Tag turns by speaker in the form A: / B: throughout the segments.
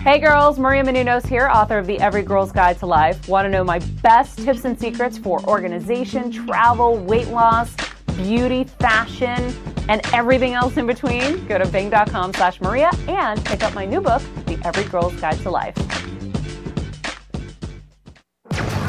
A: Hey girls, Maria Menounos here, author of The Every Girl's Guide to Life. Want to know my best tips and secrets for organization, travel, weight loss, beauty, fashion, and everything else in between? Go to bing.com slash Maria and pick up my new book, The Every Girl's Guide to Life.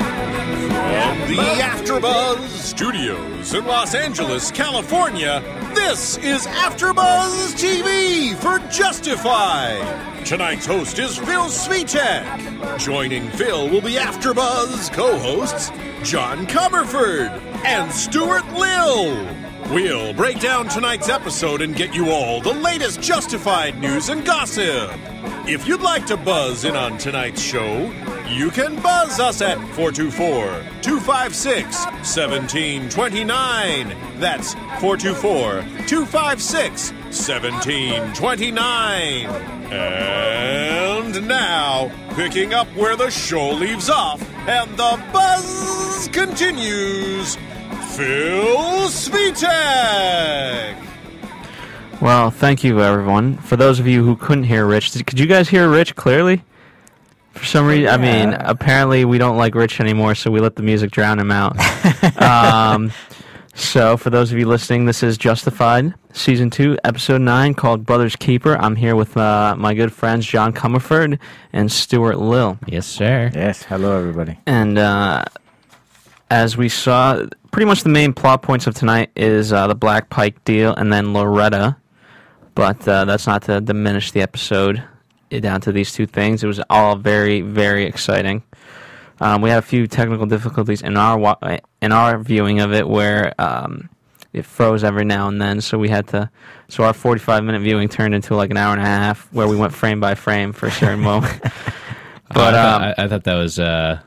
B: From the AfterBuzz Studios in Los Angeles, California, this is AfterBuzz TV for Justified. Tonight's host is Phil Svitek. Joining Phil will be AfterBuzz co-hosts John Comerford and Stuart Lill. We'll break down tonight's episode and get you all the latest Justified news and gossip. If you'd like to buzz in on tonight's show, you can buzz us at 424 256 1729. That's 424 256 1729. And now, picking up where the show leaves off and the buzz continues, Phil Svitek.
C: Well, thank you, everyone. For those of you who couldn't hear Rich, did- could you guys hear Rich clearly? For some reason, I mean, apparently we don't like Rich anymore, so we let the music drown him out. um, so, for those of you listening, this is Justified, Season 2, Episode 9, called Brother's Keeper. I'm here with uh, my good friends John Comerford and Stuart Lill.
D: Yes, sir.
E: Yes, hello everybody.
C: And uh, as we saw, pretty much the main plot points of tonight is uh, the Black Pike deal and then Loretta. But uh, that's not to diminish the episode eh, down to these two things. It was all very, very exciting. Um, we had a few technical difficulties in our wa- eh, in our viewing of it, where um, it froze every now and then. So we had to. So our 45 minute viewing turned into like an hour and a half, where we went frame by frame for a certain moment. but
D: I,
C: um,
D: thought, I, I thought that was uh,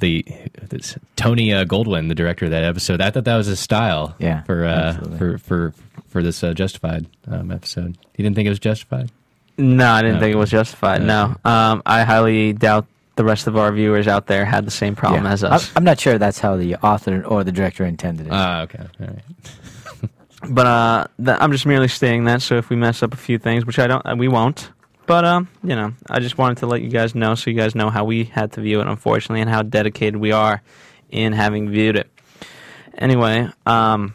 D: the this, Tony uh, Goldwyn, the director of that episode. I thought that was his style.
E: Yeah,
D: For uh,
E: absolutely.
D: for for for this uh, Justified um, episode. You didn't think it was Justified?
C: No, I didn't
D: No.
C: think it was justified. No, um, I highly doubt the rest of our viewers out there had the same problem as
E: I'm,
C: us.
E: I'm not sure that's how the author or the director intended it.
C: Uh,
D: Ah, okay. All right.
C: but uh, th- I'm just merely stating that. So if we mess up a few things, which I don't, uh, we won't. But um, you know, I just wanted to let you guys know, so you guys know how we had to view it, unfortunately, and how dedicated we are in having viewed it. Anyway, um,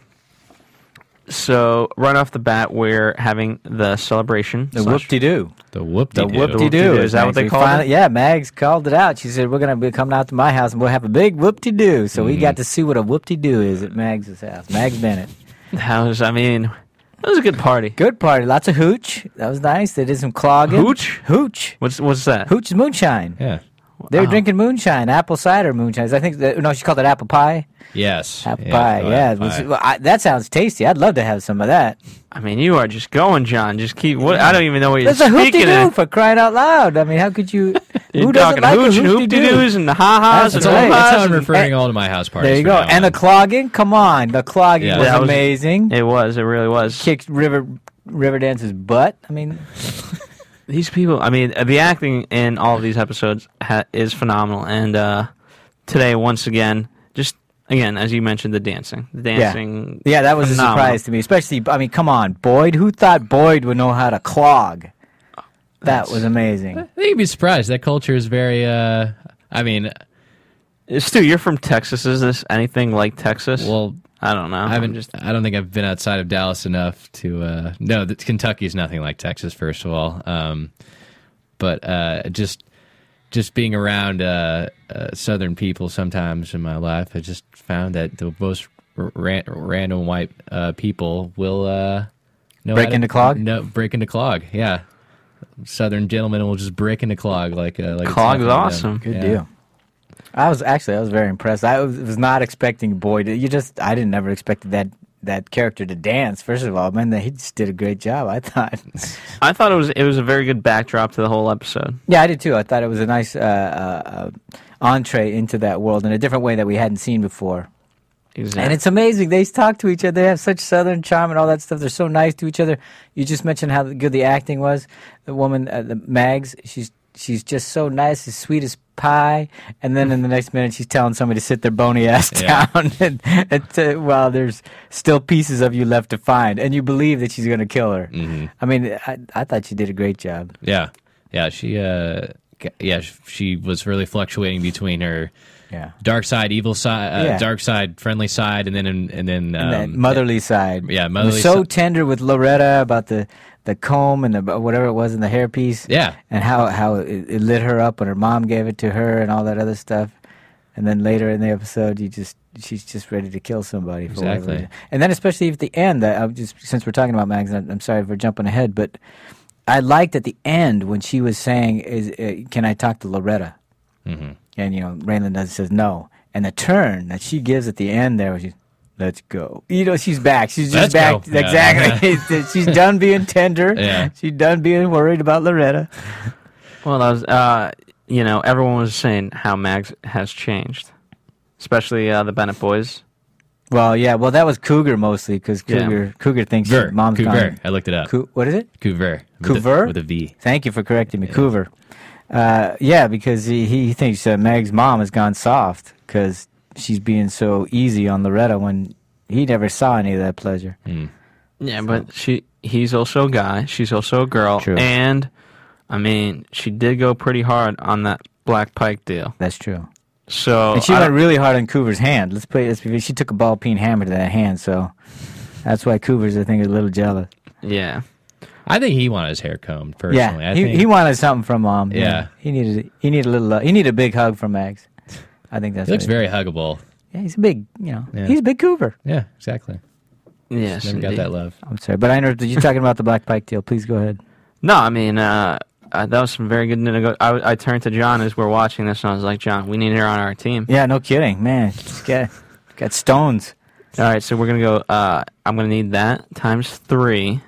C: so right off the bat, we're having the celebration.
E: the
C: slash-
E: whoop de doo.
D: The whoop
E: The whoop de
C: whoop-de-doo.
E: doo.
C: Is that what they called it?
E: Yeah, Mags called it out. She said, We're going to be coming out to my house and we'll have a big whoop de doo. So we got to see what a whoop de doo is at Mags' house. Mags Bennett.
C: That was, I mean, it was a good party.
E: Good party. Lots of hooch. That was nice. They did some clogging.
C: Hooch?
E: Hooch.
C: What's what's that?
E: Hooch is moonshine.
D: Yeah.
E: They were
C: Oh.
E: drinking moonshine, apple cider moonshine. I think, that, no, she called it apple pie.
D: Yes.
E: Apple pie,
D: oh,
E: yeah.
D: apple
E: It was-
D: pie.
E: well, I, that sounds tasty. I'd love to have some of that.
C: I mean, you are just going, John. Just keep. What I don't even know what you're
E: That's a hoop de
C: speaking
E: doo
C: of.
E: for crying out loud. I mean, how could you?
C: You're
E: who doesn't
C: talking
E: like
C: hooch
E: a
C: and hoop de doos and the ha ha's
E: That's
C: and
D: That's,
E: right.
D: all,
C: hoo
D: that's how
C: ha's.
D: I'm
C: and-
D: referring all to my house parties.
E: There you
D: from
E: go.
D: now
E: And
D: on.
E: the clogging. Come on, the clogging
D: Yeah,
E: was
C: that was-
E: amazing.
C: It was. It really was.
E: Kicked River Riverdance's butt. I mean,
C: These people. I mean, uh, the acting in all of these episodes ha- is phenomenal. And uh, today, once again, just again as you mentioned, the dancing, the dancing.
E: yeah, that was
C: phenomenal.
E: a surprise to me. Especially, I mean, come on, Boyd. Who thought Boyd would know how to clog? That was amazing.
D: I think you'd be surprised. That culture is very. Uh, I mean,
C: Stu, you're from Texas. Is this anything like Texas?
D: well,
C: I don't know.
D: I haven't. Just, I don't think I've been outside of Dallas enough to. Uh, no, th- Kentucky's nothing like Texas. First of all, um, but uh, just just being around uh, uh, Southern people sometimes in my life, I just found that the most r- ran- random white uh, people will uh, know
E: Break
D: how to-
E: into clog?
D: No, break into clog. Yeah, Southern gentlemen will just break into clog like uh, like it's
C: Clog's
D: nothing to them.
C: awesome.
E: Good
D: Yeah.
E: deal. I was actually I was very impressed. I was, was not expecting Boyd. You just I didn't ever expected that that character to dance. First of all, man, that- he just did a great job. I thought.
C: I thought it was. It was a very good backdrop to the whole episode.
E: yeah, I did too. I thought it was a nice uh, uh, uh, entree into that world in a different way that we hadn't seen before.
C: Exactly.
E: And it's amazing. They talk to each other. They have such southern charm and all that stuff. They're so nice to each other. You just mentioned how good the acting was. The woman, uh, the Mags, she's she's just so nice, as sweet as pie. And then in the next minute, she's telling somebody to sit their bony ass
D: Yeah.
E: down. and, and t- while there's still pieces of you left to find, and you believe that she's going to kill her. I mean, I, I thought she did a great job.
D: Yeah, yeah. She, uh, g- yeah, sh- she was really fluctuating between her
E: Yeah.
D: dark side, evil side, uh,
E: Yeah.
D: dark side, friendly side, and then and then um,
E: and that motherly side.
D: yeah,
E: And
D: motherly
E: So
D: si-
E: tender with Loretta about the the comb and the, about whatever it was in the hairpiece.
D: Yeah.
E: and how how it, it lit her up when her mom gave it to her and all that other stuff. And then later in the episode, you just she's just ready to kill somebody for whatever
D: Exactly.
E: reason. And then especially at the end, I, I'm just since we're talking about Mags, I'm, I'm sorry for jumping ahead, but I liked at the end when she was saying, "Is uh, can I talk to Loretta?" And you know, Raylan does says no, and the turn that she gives at the end there was. Just, Let's go. You know she's back. She's just
D: Let's
E: back.
D: go. Yeah.
E: Exactly. she's done being tender.
D: Yeah.
E: She's done being worried about Loretta.
C: Well, that was, uh, you know, everyone was saying how Mags has changed, especially uh, the Bennett boys.
E: Well, yeah. Well, that was Cougar mostly because
C: Yeah.
E: Cougar Cougar thinks
D: Ver,
E: she, mom's
D: Cougar.
E: gone.
D: I looked it up.
E: Cou- what is it?
D: Couver. With a,
E: Couver?
D: with a V.
E: Thank you for correcting me, Cougar. Uh, yeah, because he, he thinks uh, Meg's mom has gone soft because she's being so easy on Loretta when he never saw any of that pleasure.
D: Mm.
C: Yeah, but she he's also a guy. She's also a girl.
E: True.
C: And I mean, she did go pretty hard on that Black Pike deal.
E: That's true.
C: So
D: Oh,
E: And she
C: I
E: went
C: don't-
E: really hard on Cougar's hand. Let's put it. Let's be, she took a ball peen hammer to that hand, so that's why Cougar's I think is a little jealous.
C: yeah.
D: I think he wanted his hair combed personally.
E: yeah,
D: I
E: he,
D: think,
E: he wanted something from mom.
D: Yeah.
E: he needed he needed a little. love he needed a big hug from Mags. I think that's
D: he looks
E: what it-
D: very huggable.
E: Yeah, he's a big. You know,
D: Yeah.
E: he's a big Cougar.
D: Yeah, exactly.
C: Yes.
D: Never got
C: indeed.
D: that love.
E: I'm sorry, but I interrupted you talking about the Black Pike deal. Please go ahead.
C: No, I mean, uh, uh, that was some very good. Nego- I, I turned to John as we're watching this, and I was like, John, we need her on our team.
E: Yeah, no kidding, man. Just got got stones.
C: All right, so we're gonna go. Uh, I'm gonna need that times 3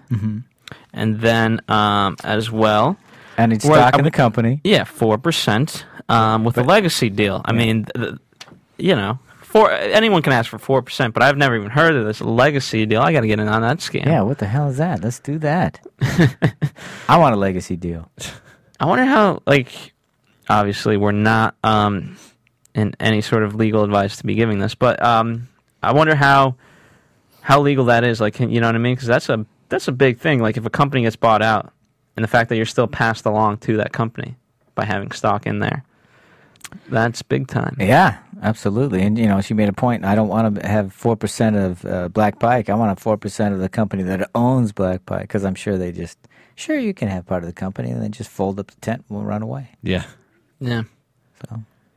C: and then um, as well,
E: And it's
C: Well,
E: stock
C: I
E: in the
C: would-
E: company.
C: yeah, four percent um, with the legacy deal. I mean, th- th- you know, four. Anyone can ask for four percent, but I've never even heard of this legacy deal. I got to get in on that scam.
E: Yeah, what the hell is that? Let's do that. I want a legacy deal.
C: I wonder how. Like, obviously, we're not um, in any sort of legal advice to be giving this, but um, I wonder how how legal that is. Like, can- you know what I mean? Because that's a that's a big thing. Like, if a company gets bought out, and the fact that you're still passed along to that company by having stock in there, that's big time.
E: Yeah, absolutely. And you know, she made a point. I don't want to have four percent of uh, Black Pike. I want a four percent of the company that owns Black Pike because I'm sure they just sure you can have part of the company and then just fold up the tent and we'll run away.
D: Yeah.
C: Yeah.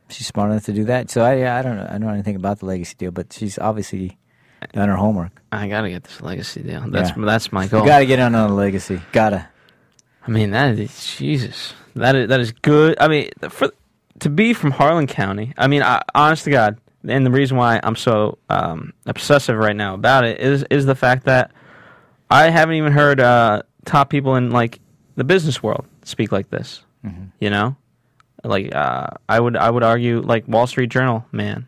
E: She's smart enough to do that. So I, yeah, I don't know. I don't know anything about the legacy deal, but she's obviously done her homework.
C: I gotta get this legacy deal. That's
E: Yeah.
C: that's my goal.
E: You got to get in on the legacy. Gotta.
C: I mean that is Jesus. That is that is good. I mean, for to be from Harlan County. I mean, I, honest to God, and the reason why I'm so um, obsessive right now about it is is the fact that I haven't even heard uh, top people in like the business world speak like this. You know, like uh, I would I would argue like Wall Street Journal man.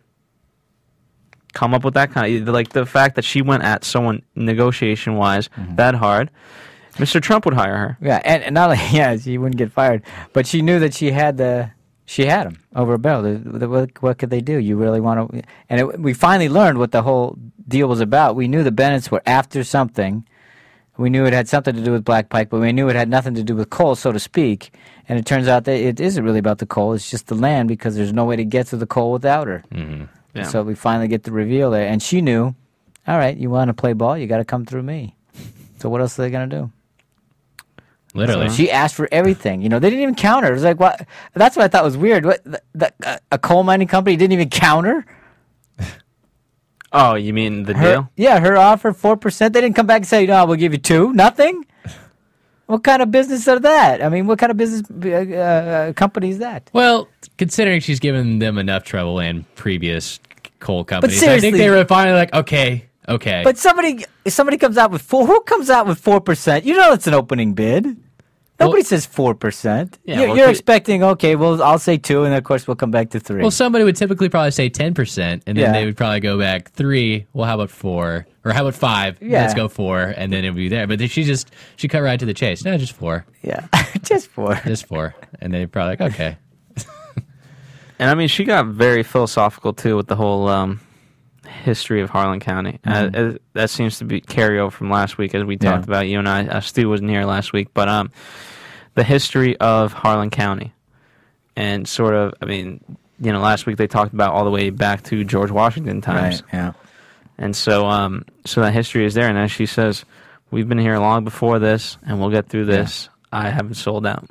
C: Come up with that kind of like the fact that she went at someone negotiation wise that hard. Mr. Trump would hire her.
E: Yeah, and, and not only yeah, she wouldn't get fired, but she knew that she had the she had him over a barrel. The- the- What, what could they do? You really want to? And it, we finally learned what the whole deal was about. We knew the Bennetts were after something. We knew it had something to do with Black Pike, but we knew it had nothing to do with coal, so to speak. And it turns out that it isn't really about the coal; it's just the land because there's no way to get to the coal without her.
C: Yeah.
E: So we finally get the reveal there, and she knew. All right, you want to play ball? You got to come through me. So what else are they gonna do?
D: Literally.
E: She asked for everything. You know, they didn't even count her. It was like, what? That's what I thought was weird. What? The, the, uh, a coal mining company didn't even count her.
C: Oh, you mean the
E: her
C: deal?
E: Yeah, her offer four percent. They didn't come back and say, no, we'll give you two. Nothing. What kind of business are that? I mean, what kind of business uh, uh, company is that?
D: Well, considering she's given them enough trouble in previous coal companies, I think
E: seriously-
D: they were finally like, okay, okay.
E: But somebody, somebody comes out with four. Who comes out with four percent? You know, it's an opening bid. Nobody says four percent.
C: Yeah,
E: you're,
C: well,
E: you're
C: could-
E: expecting okay. Well, I'll say two, and of course we'll come back to three.
D: Well, somebody would typically probably say 10%, and then
E: Yeah.
D: they would probably go back three. Well, how about four? Or how about five?
E: Yeah.
D: Let's go four, and then it would be there. But then she just, she cut right to the chase. No, just four.
E: yeah, just four.
D: Just four. And they probably like, okay.
C: And I mean, she got very philosophical too with the whole um, history of Harlan County. Uh, uh, that seems to be carryover from last week, as we
E: Mm-hmm. Yeah.
C: talked about. You and I, uh, Stu wasn't here last week, but um, the history of Harlan County, and sort of, I mean, you know, last week they talked about all the way back to George Washington times,
E: Right. Yeah.
C: and so, um, so that history is there. And as she says, we've been here long before this, and we'll get through this. I haven't sold out.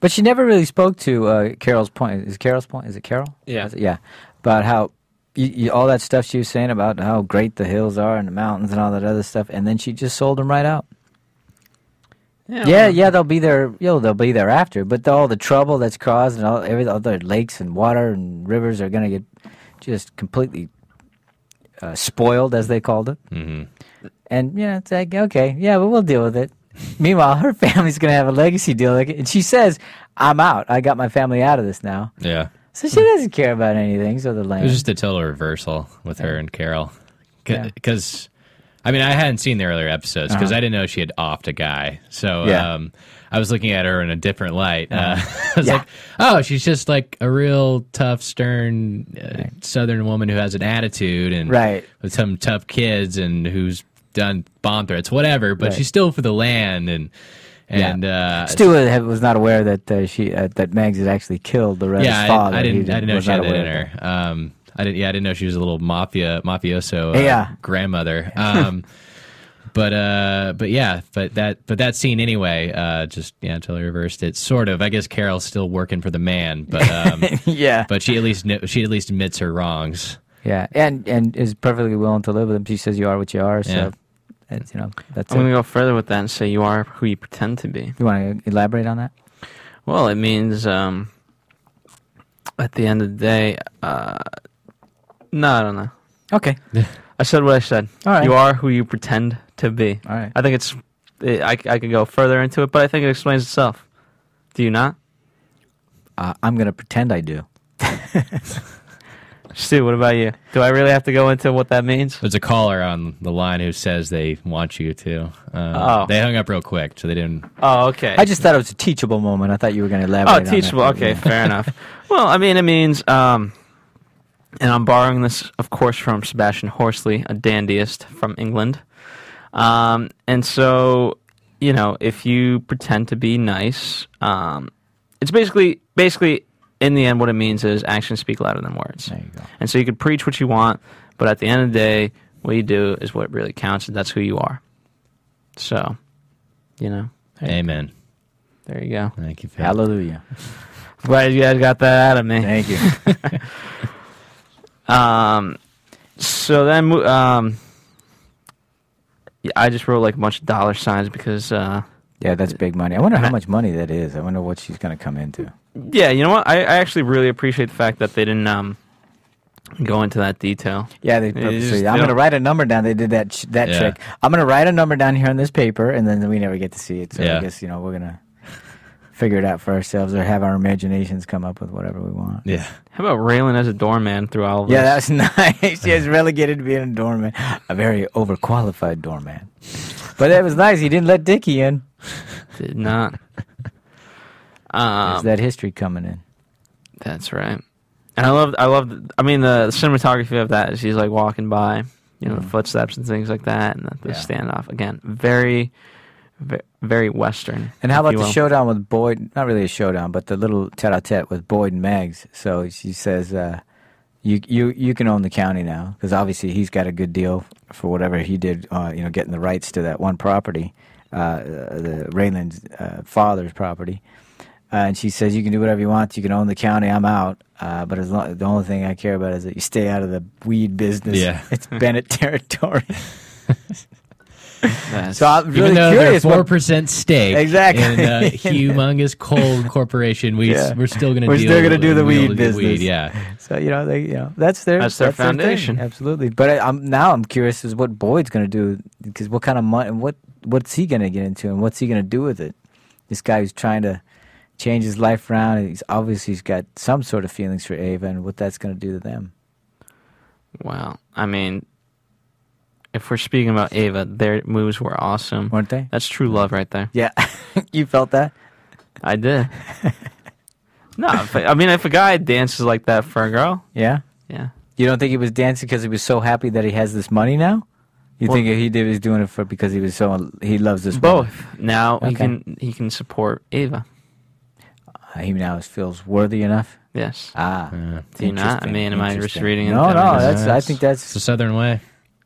E: But she never really spoke to uh, Carol's point. Is it Carol's point? Is it Carol?
C: Yeah.
E: Is it- yeah. About how you, you, all that stuff she was saying about how great the hills are and the mountains and all that other stuff, and then she just sold them right out. Yeah, yeah, they'll be there. You know, they'll be there after. But all the trouble that's caused and all every other lakes and water and rivers are going to get just completely uh, spoiled, as they called it. Mm-hmm. And you know, it's like okay, yeah, but we'll deal with it. Meanwhile, her family's going to have a legacy deal, like, and she says, "I'm out. I got my family out of this now."
D: Yeah.
E: So she doesn't care about anything. So the
D: It
E: land,
D: was Hmm. just a total reversal with her and Carol. Because, I mean, I hadn't seen the earlier episodes because I didn't know she had offed a guy. So
E: Yeah.
D: um, I was looking at her in a different light. Uh, I was like, oh, she's just like a real tough, stern uh, Southern woman who has an attitude and
E: Right.
D: with some tough kids and who's done bomb threats, whatever. But
E: Right.
D: she's still for the land and. And uh,
E: Stuart had- was not aware that uh, she uh, that Mags had actually killed the Red's
D: yeah,
E: father.
D: I, I
E: He
D: didn't, I didn't know
E: was
D: she had
E: not
D: that in
E: aware of
D: her. Um, I didn't, yeah, I didn't know she was a little mafia mafioso uh,
E: Yeah.
D: grandmother. Um, but uh, but yeah, but that but that scene anyway, uh, just yeah, totally reversed it. Sort of. I guess Carol's still working for the man, but um,
E: yeah,
D: but she at least kn- she at least admits her wrongs.
E: Yeah, and and is perfectly willing to live with him. She says you are what you are, so
D: Yeah.
E: that's you know that's
C: I'm
E: it.
C: going to go further with that and say you are who you pretend to be.
E: You want to elaborate on that?
C: Well, it means um, at the end of the day, uh, no, I don't know.
E: Okay,
C: I said what I said.
E: All right.
C: You are who you pretend to be.
E: All right.
C: I think it's. It, I I could go further into it, but I think it explains itself. Do you not,
E: uh, I'm gonna pretend I do.
C: Stu? What about you? Do I really have to go into what that means?
E: Uh,
D: There's a caller on the line who says they want you to. Um,
C: Oh.
D: They hung up real quick, so they didn't.
C: Oh, okay.
E: I just thought it was a teachable moment. I thought you were gonna elaborate.
C: Oh,
E: on that.
C: teachable. Okay, fair enough. Well, I mean, it means, um, and I'm borrowing this, of course, from Sebastian Horsley, a dandyist from England. Um, and so, you know, if you pretend to be nice, um, it's basically, basically, in the end, what it means is actions speak louder than words.
E: There you go.
C: And so you could preach what you want, but at the end of the day, what you do is what really counts, and that's who you are. So, you know,
D: Amen.
C: there you go.
D: Thank you, Phil.
E: Hallelujah.
C: Glad you guys got that out of me.
E: Thank you.
C: Um, so then, mo- um, yeah, I just wrote like a bunch of dollar signs because, uh,
E: yeah, that's big money. I wonder how much money that is. I wonder what she's gonna come into.
C: yeah, you know what? I, I actually really appreciate the fact that they didn't um go into that detail.
E: Yeah, they
C: just-
E: purposely.
C: they
E: I'm gonna
C: don't-
E: write a number down. They did that sh- that
D: Yeah.
E: trick. I'm gonna write a number down here on this paper, and then we never get to see it. So I
D: Yeah.
E: guess you know we're gonna figure it out for ourselves, or have our imaginations come up with whatever we want.
D: Yeah.
C: How about Raylan as a doorman through all of
E: Yeah,
C: this?
E: that's nice. she was relegated to being a doorman, a very overqualified doorman. But that was nice. He didn't let Dickie in.
C: Yeah, did not.
E: There's
C: um,
E: that history coming in.
C: that's right. And I love, I love. I mean, the cinematography of that is he's like walking by, you know, the footsteps and things like that, and the, the
E: Mm. Yeah.
C: standoff again, very, ve- very western.
E: And how
C: if
E: about
C: you
E: the
C: will.
E: showdown with Boyd? Not really a showdown, but the little tete-a-tete with Boyd and Mags. So she says, uh, "You you you can own the county now because obviously he's got a good deal for whatever he did. Uh, you know, getting the rights to that one property, uh, uh, the Raylan's uh, father's property." Uh, and she says, "You can do whatever you want. You can own the county. I'm out. Uh, but as long, the only thing I care about is that you stay out of the weed business.
D: Yeah.
E: it's Bennett territory.
C: That's-
E: so I'm really
D: Even though
E: curious.
D: they're
E: what-
D: four percent stake,
E: Exactly.
D: in a humongous coal corporation, we
E: Yeah.
D: we're still going to
E: We're still gonna do the weed business.
D: yeah,
E: So you know, they you know that's their
C: That's their
E: thing.
C: foundation.
E: Absolutely. But I, I'm now I'm curious as what Boyd's going to do because what kind of money, what what's he going to get into, and what's he going to do with it? this guy who's trying to change his life around. And he's obviously he's got some sort of feelings for Ava and what that's going to do to them.
C: Wow. I mean, if we're speaking about Ava, their moves were awesome.
E: Weren't they?
C: That's true love right there.
E: Yeah, you felt that.
C: I did. no, if- I mean, if a guy dances like that for a girl,
E: Yeah,
C: yeah.
E: you don't think he was dancing because he was so happy that he has this money now. You
C: Well-
E: think he did was doing it for because he was so he loves this woman?
C: Both. Now he
E: Okay.
C: can he can support Ava.
E: He now feels worthy enough.
C: Yes.
E: Ah,
C: Do you not? I
E: interesting,
C: mean, am I just
E: interesting.
C: reading into
E: No, no,
C: feminism?
E: that's. I
D: Yes.
E: think
D: It's
E: that's.
D: the Southern way.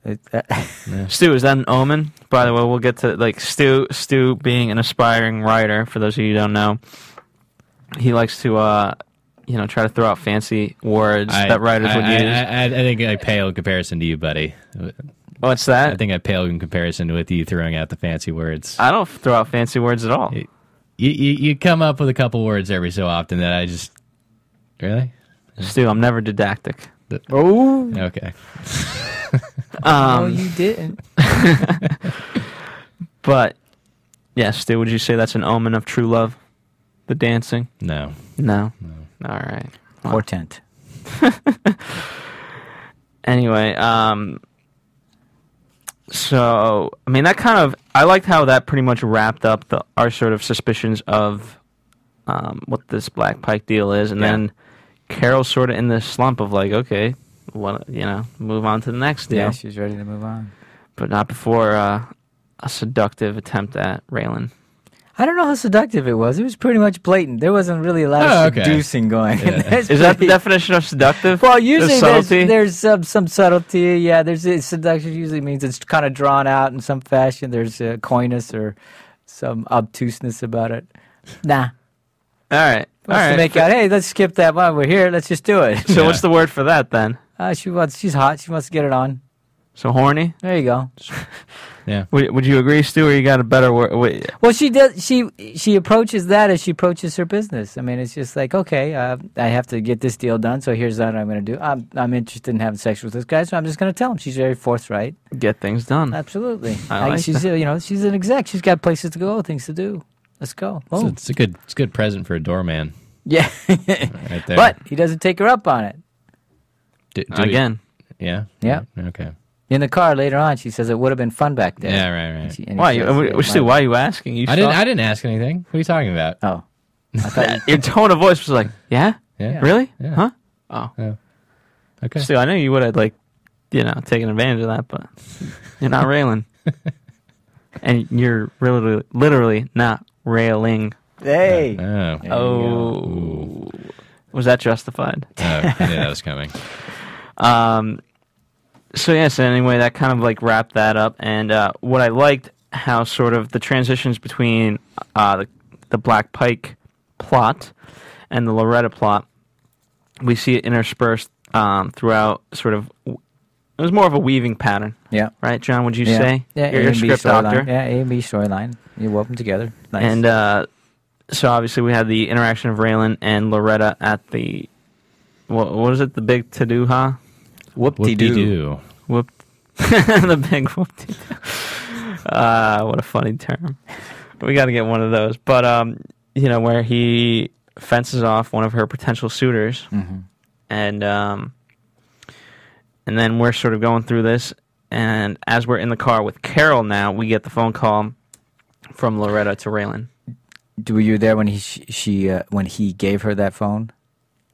E: it- uh, that-
C: Stu, is that an omen? By the way, we'll get to like Stu. Stu being an aspiring writer, for those of you who don't know, he likes to uh, you know try to throw out fancy words that writers
D: I,
C: would
D: I,
C: use.
D: I, I, I think I pale in comparison to you, buddy.
C: What's that?
D: I think I pale in comparison with you throwing out the fancy words.
C: I don't throw out fancy words at all.
D: you, you you come up with a couple words every so often that I just really
C: Stu, I'm never didactic.
E: oh,
D: okay.
C: Um,
E: no, Oh, you didn't.
C: But yeah, Stu, would you say that's an omen of true love? The dancing?
D: No,
C: No. All right.
E: Portent.
C: Anyway, um so I mean that kind of I liked how that pretty much wrapped up the our sort of suspicions of um what this Black Pike deal is and
E: Yeah.
C: then Carol's sort of in this slump of like, okay, what you know, move on to the next deal.
E: Yeah, she's ready to move on.
C: But not before uh, a seductive attempt at Raylan.
E: I don't know how seductive it was. It was pretty much blatant. There wasn't really a lot
D: Oh,
E: of
D: okay.
E: seducing going. in
D: Yeah.
E: this
C: Is that the
E: movie.
C: definition of seductive?
E: well, usually there's,
C: subtlety?
E: there's some, some subtlety. Yeah, there's uh, seduction usually means it's kind of drawn out in some fashion. There's uh, coyness or some obtuseness about it. Nah,
C: All right. All
E: wants
C: right.
E: to make out. Hey, let's skip that one. We're here. Let's just do it.
C: So
D: Yeah.
C: what's the word for that then?
E: Uh, she wants. She's hot. She wants to get it on.
C: So horny?
E: There you go.
D: yeah.
C: Would, would you agree, Stu, or you got a better word? Wait,
E: Well, she does. She she approaches that as she approaches her business. I mean, it's just like, okay, uh, I have to get this deal done. So here's what I'm going to do. I'm I'm interested in having sex with this guy, so I'm just going to tell him. She's very forthright.
C: get things done.
E: Absolutely.
C: I like
E: she's you know she's an exec. She's got places to go, things to do. Let's go.
D: It's,
E: Oh,
D: it's a good it's a good present for a doorman
E: yeah.
D: right there.
E: but he doesn't take her up on it.
D: Do- do we-
C: Again,
D: yeah,
E: Yeah.
D: okay,
E: In the car later on, she says it would have been fun back
D: yeah,
E: there.
D: right,
E: And
D: right.
E: she- and he
C: why?
E: says,
C: You,
E: "Yeah,
C: uh,
E: it
C: Stu,
E: might
C: why are you asking? You
D: I didn't
C: saw-
D: I didn't ask anything. What are you talking about?
E: have-" Oh, I thought you-
C: your tone of voice was like, yeah,
D: Yeah.
C: really,
D: Yeah.
C: huh? Oh,
D: Okay.
C: Stu, I know you would have like, you know, taken advantage of that, but you're not railing, and you're really, literally not railing.
E: hey.
D: oh. oh,
C: Oh, was that justified?
D: I knew that was coming.
C: Um, so yes. anyway, that kind of like wrapped that up. And uh, what I liked how sort of the transitions between uh, the, the Black Pike plot and the Loretta plot, we see it interspersed um, throughout. Sort of, it was more of a weaving pattern,
E: Yeah.
C: right, John? Would you
E: yeah.
C: say?
E: Yeah,
C: you're you're
E: A
C: a
E: and B
C: script
E: storyline.
C: doctor.
E: Yeah, A and B storyline. You wove them together. Nice.
C: And uh, so obviously we had the interaction of Raylan and Loretta at the what, what is it? The big to do, huh?
D: Whoop de doo.
C: Whoop. the big whoop. Uh, what a funny term. We got to get one of those. But, um, you know, where he fences off one of her potential suitors.
E: Mm-hmm.
C: And, um, and then we're sort of going through this. And as we're in the car with Carol now, we get the phone call from Loretta to Raylan.
E: Do- were you there when he she, she uh, when he gave her that phone?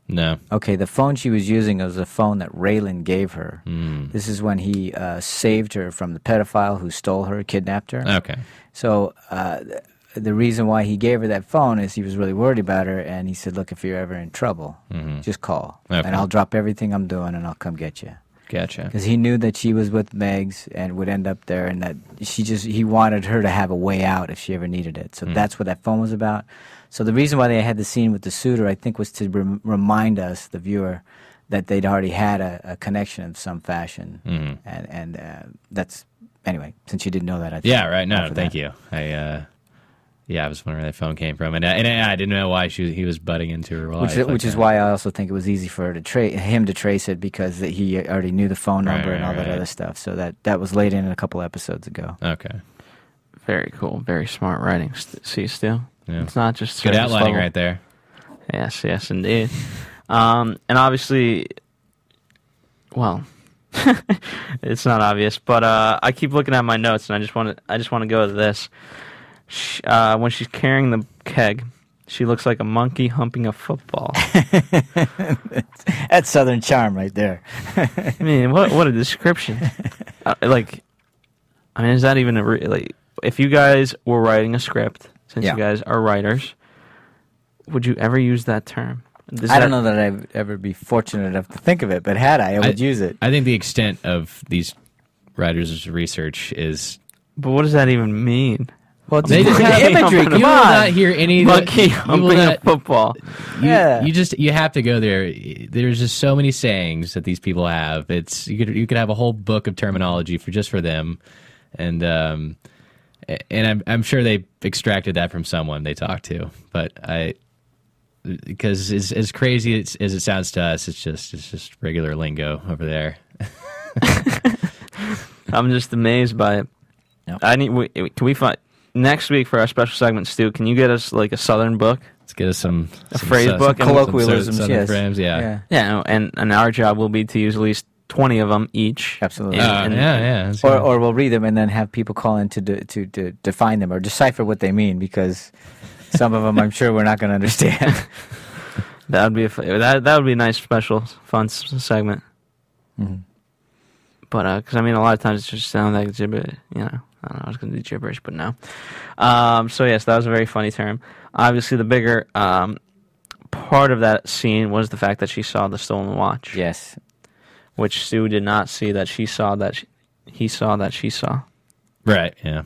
D: No.
E: Okay, the phone she was using was a phone that Raylan gave her.
D: Hmm.
E: Mm. This is when he uh, saved her from the pedophile who stole her, kidnapped her.
D: Okay.
E: So uh, th- the reason why he gave her that phone is he was really worried about her, and he said, "Look, if you're ever in trouble,
C: Mm-hmm.
E: just call,
D: Okay.
E: and I'll drop everything I'm doing, and I'll come get you."
D: Gotcha.
E: because he knew that she was with Megs and would end up there, and that she just he wanted her to have a way out if she ever needed it.
D: Hmm.
E: So that's what that phone was about. So the reason why they had the scene with the suitor, I think, was to rem- remind us, the viewer, that they'd already had a, a connection of some fashion,
D: Hmm.
E: and and uh, that's anyway. Since you didn't know that, I
D: Yeah, right. No,
E: offer
D: thank
E: that.
D: you. I uh yeah, I was wondering where that phone came from, and I, and I, I didn't know why she was, he was butting into her life.
E: Which, is,
D: like
E: which is
D: that.
E: why I also think it was easy for her to tra- him to trace it because that he already knew the phone
D: Right,
E: number and
D: right,
E: all that
D: right.
E: other stuff. So that that was laid in a couple episodes ago.
D: Okay.
C: Very cool. Very smart writing. St- see, Stu? It's not just
D: Good
C: surface
D: outlining
C: level.
D: right there.
C: Yes, yes, indeed. um, and obviously, well, it's not obvious, but uh, I keep looking at my notes, and I just want to. I just want to go to this. Sh uh, when she's carrying the keg, she looks like a monkey humping a football.
E: That's Southern charm right there.
C: I mean, what what a description! uh, like, I mean, is that even a re- like? If you guys were writing a script, since
E: Yeah.
C: you guys are writers, would you ever use that term? Does
E: I don't
C: that-
E: know that I'd ever be fortunate enough to think of it, but had I, I would
D: I-
E: use it.
D: I think the extent of these writers' research is
C: But what does that even mean?
E: Well,
D: They just have-
E: imagery.
C: You
E: Come
D: you
E: on.
D: will not hear any of the-
C: Monkey
D: you will
C: humping a
D: not-
C: football.
D: you,
E: Yeah.
D: you just you have to go there. There's just so many sayings that these people have. It's you could you could have a whole book of terminology for just for them, and um, a- and I'm I'm sure they extracted that from someone they talked to. But I because as, as crazy as, as it sounds to us, it's just it's just regular lingo over there.
C: I'm just amazed by it.
E: Yep.
C: I need. We, can we find next week for our special segment, Stu? Can you get us like a southern book?
D: Let's get us some,
C: A
D: some
C: phrase
D: sus-
C: book and-
D: some
E: Colloquialisms,
D: southern
E: yes.
D: frames, yeah.
C: Yeah, no, and and our job will be to use at least twenty of them each.
E: Absolutely.
C: And-
D: Uh,
C: and-
D: yeah, yeah. that's
E: Or,
D: good.
E: or we'll read them and then have people call in to, de- to, to define them or decipher what they mean because some of them I'm sure we're not going to understand.
C: That would be a f- that that would be a nice special fun s- segment. But because I mean, a lot of times it just sounds like gibberish. You know, I don't know. I was going to do gibberish, but no. Um, so yes, that was a very funny term. Obviously, the bigger um, part of that scene was the fact that she saw the stolen watch,
E: yes.
C: which Sue did not see. That she saw that she, he saw that she saw.
D: right, yeah.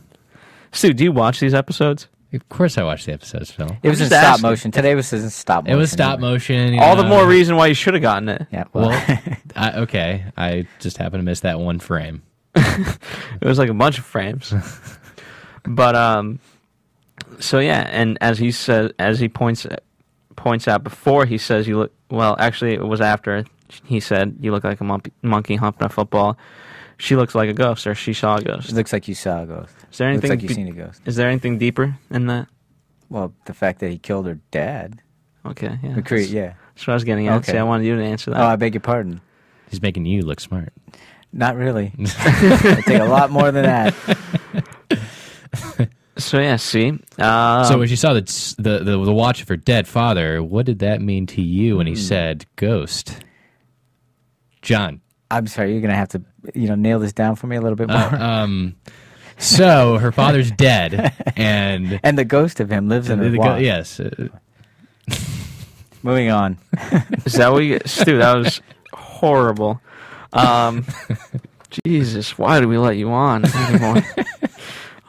C: Sue, do you watch these episodes?
D: Of course, I watch the episodes, Phil.
E: It was in
C: just
E: stop
C: asking.
E: motion. Today was in stop
D: It
E: motion.
D: was stop motion. you
C: All the
D: know.
C: more reason why you should have gotten it.
E: Yeah. Well,
D: Well, I, okay. I just happened to miss that one frame.
C: it was like a bunch of frames but um so yeah and as he says as he points points out before he says you look well actually it was after he said you look like a monkey monkey humping a football she looks like a ghost or she saw a ghost
E: it looks like you saw a ghost.
C: is there anything
E: looks like you've
C: be-
E: seen a ghost.
C: is there anything deeper in that
E: Well, the fact that he killed her dad.
C: okay yeah
E: McCree, yeah.
C: that's what i was getting at
E: Okay.
C: see i wanted you to answer that
E: Oh, I beg your pardon.
D: He's making you look smart.
E: Not really. It'd take a lot more than that.
C: so yeah see uh
E: Um,
D: so when she saw the, the the the watch of her dead father, what did that mean to you
E: Hmm.
D: when he said ghost? John.
E: I'm sorry. You're going to have to, you know, nail this down for me a little bit more.
D: Uh, um. So her father's dead, and
E: and the ghost of him lives in
D: the-
E: her
D: the
E: watch.
D: go- yes, uh,
E: Moving on.
C: Is that what you Stu, that was horrible. Um, Jesus, why did we let you on anymore?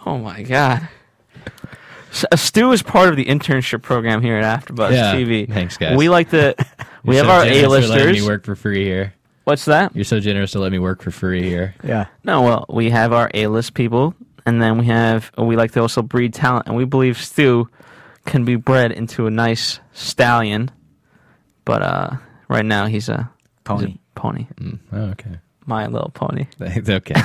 C: oh my God. S- uh, Stu is part of the internship program here at AfterBuzz
D: Yeah,
C: TV.
D: thanks, guys.
C: We like to, we
D: you're
C: have
D: so
C: our
D: generous for Letting
C: A-listers.
D: me work for free here.
C: What's that?
D: You're so generous to let me work for free here.
E: Yeah.
C: No, well, we have our A-list people, and then we have we like to also breed talent, and we believe Stu can be bred into a nice stallion, but uh, right now he's a he's a
E: Pony.
C: pony.
D: Oh, okay.
C: My Little Pony.
D: okay.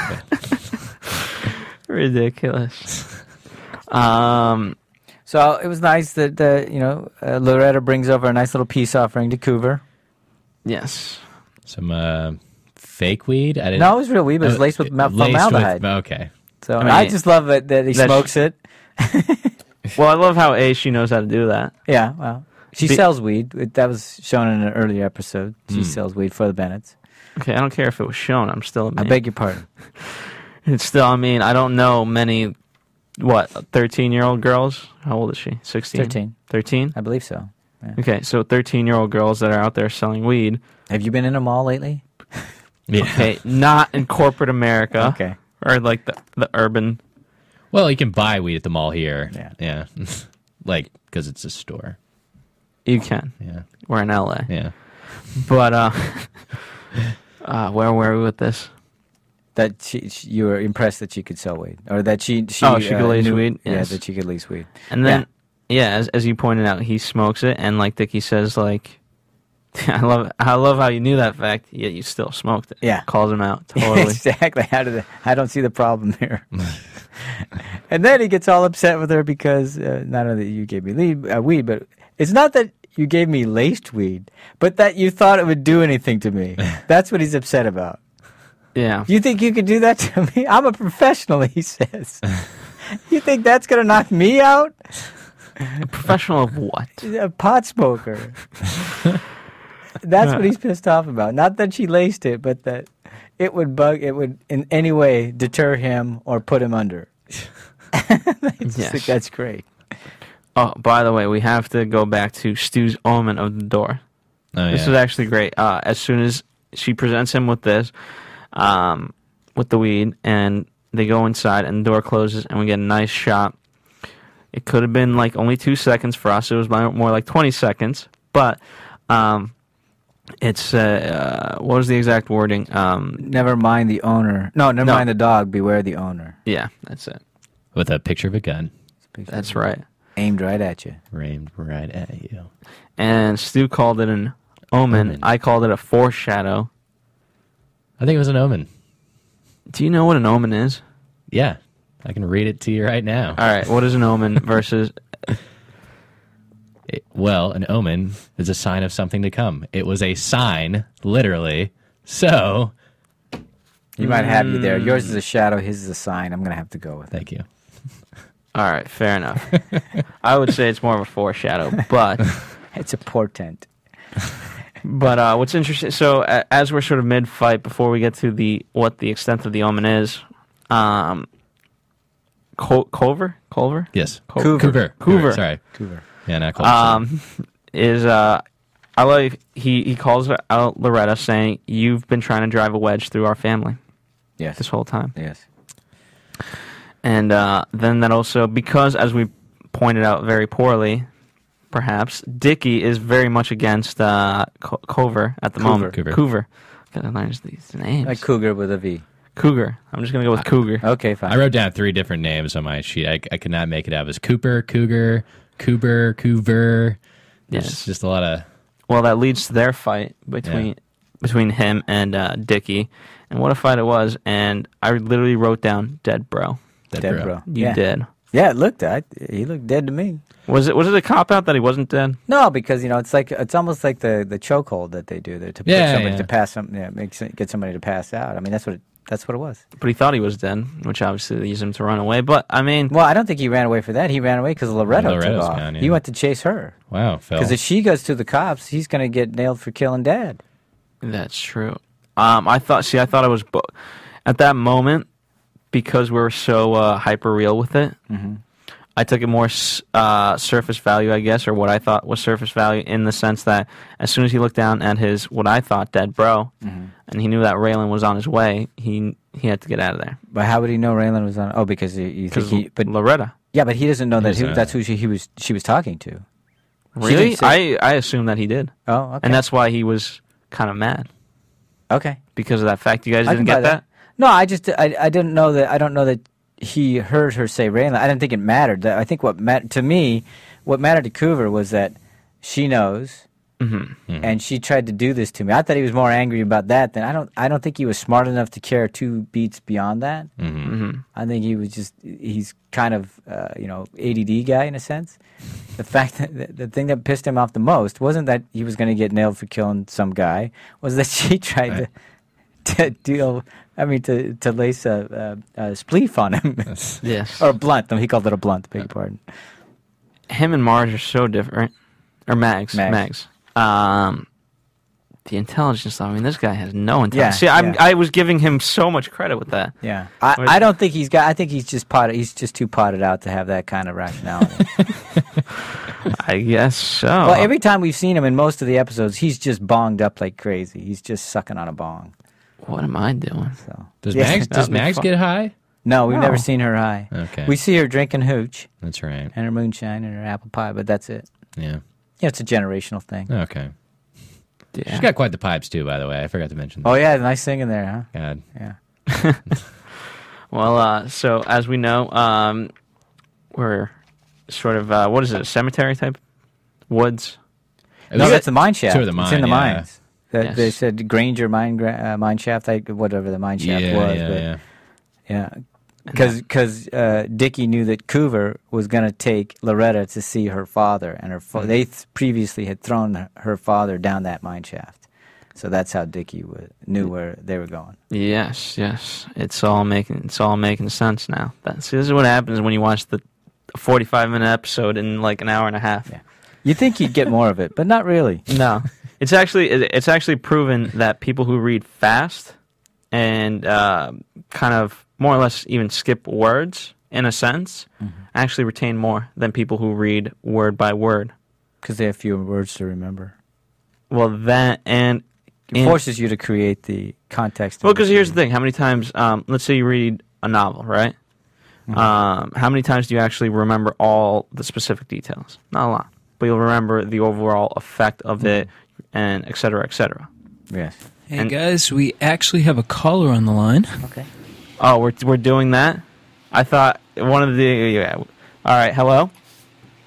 C: Ridiculous. um,
E: So it was nice that uh, you know uh, Loretta brings over a nice little peace offering to Coover.
C: yes.
D: Some uh, fake weed. I didn't.
E: No, it was real weed, but it was
D: Oh,
E: laced with meth-
D: laced
E: formaldehyde.
D: with- okay.
E: so I,
C: mean, it-
E: just love it that he
C: that's-
E: smokes it.
C: Well, I love how A she knows how to do that.
E: Yeah, well, she
C: Be-
E: sells weed. It- That was shown in an earlier episode. She sells weed for the Bennetts.
C: Okay, I don't care if it was shown. I'm still.
E: I beg your pardon.
C: It's still. I mean, I don't know many. What thirteen year old girls? How old is she? Sixteen.
E: 13.
C: Thirteen.
E: I believe so. Yeah.
C: Okay, so thirteen year old girls that are out there selling weed.
E: Have you been in a mall lately?
D: Yeah.
C: Okay, not in corporate America.
E: Okay.
C: Or like the the urban.
D: Well, you can buy weed at the mall here.
E: Yeah.
D: Yeah. like because it's a store.
C: You can.
D: Yeah.
C: We're in LA.
D: Yeah.
C: But uh, uh, where were we with this?
E: That she, she, you were impressed that she could sell weed, or that she, she uh,
C: Oh, she could lease
E: knew-
C: weed?
E: Yeah,
C: Yes.
E: that she could lease weed.
C: And
E: Yeah.
C: then, yeah, as, as you pointed out, he smokes it, and like Dickie says, like, I love, I love how you knew that fact, yet you still smoked it.
E: Yeah.
C: calls him out totally.
E: exactly. How did I don't see the problem here. And then he gets all upset with her because uh, not only that you gave me lead, uh, weed, but it's not that you gave me laced weed, but that you thought it would do anything to me. That's what he's upset about.
C: Yeah.
E: You think you could do that to me? I'm a professional, he says. you think that's going to knock me out?
C: Professional of what?
E: A pot smoker. that's what he's pissed off about. Not that she laced it, but that it would bug, it would in any way deter him or put him under. I just
C: Yes.
E: think that's great.
C: Oh, by the way, we have to go back to Stu's omen of the door.
D: Oh,
C: This
D: yeah.
C: is actually great. Uh, as soon as she presents him with this, um, with the weed, and they go inside, and the door closes, and we get a nice shot. It could have been like only two seconds for us. It was mi- more like twenty seconds, but um, it's uh, uh, what was the exact wording? Um,
E: Never mind the owner. No, never
C: No.
E: mind the dog. Beware the owner.
C: yeah, that's it.
D: with a picture of a gun
C: That's right.
E: Aimed right at you.
D: aimed right at you.
C: And Stu called it an omen.
D: Omen.
C: I called it a foreshadow.
D: I think it was an omen.
C: Do you know what an omen is?
D: Yeah, I can read it to you right now.
C: All right, what is an omen versus
D: It- well, an omen is a sign of something to come. It was a sign, literally.
C: Mm.
D: So,
E: You might have you there. Yours is a shadow. His is a sign. I'm going to have to go with it.
D: thank you.
C: All right, fair enough. I would say it's more of a foreshadow, but
E: It's a portent.
C: but uh, what's interesting? So a as we're sort of mid fight, before we get to the what the extent of the omen is, um, Col- Culver, Culver,
D: Yes,
C: Col-
E: Cougar.
D: Coover.
C: Coover.
D: Sorry,
E: Cougar.
D: yeah, not close.
C: um, is uh, I like he he calls out Loretta saying you've been trying to drive a wedge through our family
E: Yes.
C: this whole time.
E: Yes.
C: And uh, then that also, because as we pointed out very poorly, perhaps, Dickey is very much against uh, Co- Cover at the moment.
D: Cougar.
C: Cougar. Gotta learn these names.
E: A cougar with a V.
C: Cougar. I'm just gonna go
D: Uh,
C: with Cougar.
E: Okay, fine.
D: I wrote down three different names on my sheet. I, I could not make it out. It was Cooper, Cougar, Cooper, Coover. There's
C: Yes.
D: just a lot of
C: well, that leads to their fight between
D: Yeah.
C: between him and uh, Dickey, and what a fight it was! And I literally wrote down "dead bro."
D: that
E: dead,
D: bro.
E: bro.
C: You
E: yeah.
C: dead?
E: Yeah, it looked. I, he looked dead to me.
C: Was it was it a cop out that he wasn't dead?
E: No, because you know it's like it's almost like the the chokehold that they do there to put
D: Yeah,
E: somebody
D: yeah.
E: to pass some, yeah, make some- get somebody to pass out. I mean, that's what it, that's what it was.
C: But he thought he was dead, which obviously leads him to run away. But I mean,
E: Well, I don't think he ran away for that. He ran away because Loretto took
D: Loretto's
E: off.
D: gone, yeah. Oh.
E: He went to chase her
D: Wow, Phil.
E: because if she goes to the cops, he's going to get nailed for killing Dad.
C: That's true. Um, I thought. See, I thought I was bo- at that moment because we were so uh, hyper real with it.
E: Mm-hmm.
C: I took it more s- uh, surface value, I guess, or what I thought was surface value, in the sense that as soon as he looked down at his what I thought dead bro,
E: Mm-hmm.
C: and he knew that Raylan was on his way, he he had to get out of there
E: But how would he know Raylan was on? Oh, because you, you think
C: because
E: he. But
C: Loretta.
E: yeah, but he doesn't know that
D: doesn't
E: who
D: know
E: that's who she he was she was talking to.
C: Really,
E: didn't say-
C: I I assumed that he did,
E: Oh, okay.
C: and that's why he was kind of mad
E: okay.
C: because of that fact. You guys
E: I
C: didn't get
E: can buy
C: that.
E: No, I just I, I didn't know that I don't know that he heard her say Raylan. I didn't think it mattered. That- I think what mat- to me, what mattered to Coover was that she knows,
C: Mm-hmm.
E: and she tried to do this to me. I thought he was more angry about that than I don't. I don't think he was smart enough to care two beats beyond that.
C: Mm-hmm.
E: I think he was just he's kind of uh, you know ADD guy in a sense. The fact that the, the thing that pissed him off the most wasn't that he was going to get nailed for killing some guy, was that she tried to to deal. I mean to to lace a, a, a spleef on him
C: Yes,
E: or a blunt. No, he called it a blunt. Beg your pardon.
C: him and Mars are so different. Or Mags. Mags.
E: Mags.
C: Um, the intelligence. I mean, this guy has no
E: Yeah,
C: intelligence. See, I'm,
E: yeah.
C: I was giving him so much credit with that.
E: Yeah, I, I don't think he's got. I think he's just potted. He's just too potted out to have that kind of rationality.
C: I guess so.
E: well, every time we've seen him in most of the episodes, he's just bonged up like crazy. He's just sucking on a bong.
C: what am I doing?
E: So
D: does
E: Yeah.
D: Mags does
C: That'd be
D: Mags
C: fun.
D: get high?
E: No, we've never
C: No.
E: seen her high.
D: Okay.
E: We see her drinking hooch
D: That's right.
E: and her moonshine and her apple pie, but that's it.
D: Yeah.
E: Yeah, it's a generational thing.
D: Okay.
C: Yeah.
D: She's got quite the pipes too, by the way. I forgot to mention. That.
E: Oh yeah, nice singing there, huh?
D: God.
E: Yeah.
C: Well, uh, so as we know, um, we're sort of uh, what is it? A cemetery type woods.
D: It
E: No,
D: was-
E: that's the mine shaft.
D: Two of the
E: It's
D: mine,
E: in the
D: yeah.
E: mines. That
C: Yes.
E: They said Granger mine gra- uh, mine shaft, like whatever the mine
D: yeah,
E: shaft was.
D: yeah,
E: but
D: yeah.
E: yeah, because because uh, Dickie knew that Coover was going to take Loretta to see her father, and her
C: Mm-hmm.
E: fa- they th- previously had thrown her- her father down that mine shaft, so that's how Dickie wa knew
C: Mm.
E: where they were going.
C: Yes, yes. It's all making it's all making sense now. That's this is what happens when you watch the forty five minute episode in like an hour and a half.
E: You think you'd get more of it, but not really.
C: No, it's actually it- it's actually proven that people who read fast and uh, kind of more or less even skip words in a sense
E: Mm-hmm.
C: actually retain more than people who read word by word.
E: because they have fewer words to remember.
C: Well, that and,
E: It
C: and
E: forces you to create the context. in
C: Well,
E: which
C: because here's
E: you-
C: the thing: how many times, um, let's say you read a novel, right?
E: Mm-hmm.
C: Um, how many times do you actually remember all the specific details? Not a lot, but you'll remember the overall effect
E: Mm-hmm.
C: of it, and et cetera, et cetera.
E: Yes.
F: Hey
C: And-
F: guys, we actually have a caller on the line.
C: Oh, we're we're doing that. I thought one of the. Yeah. All right, hello,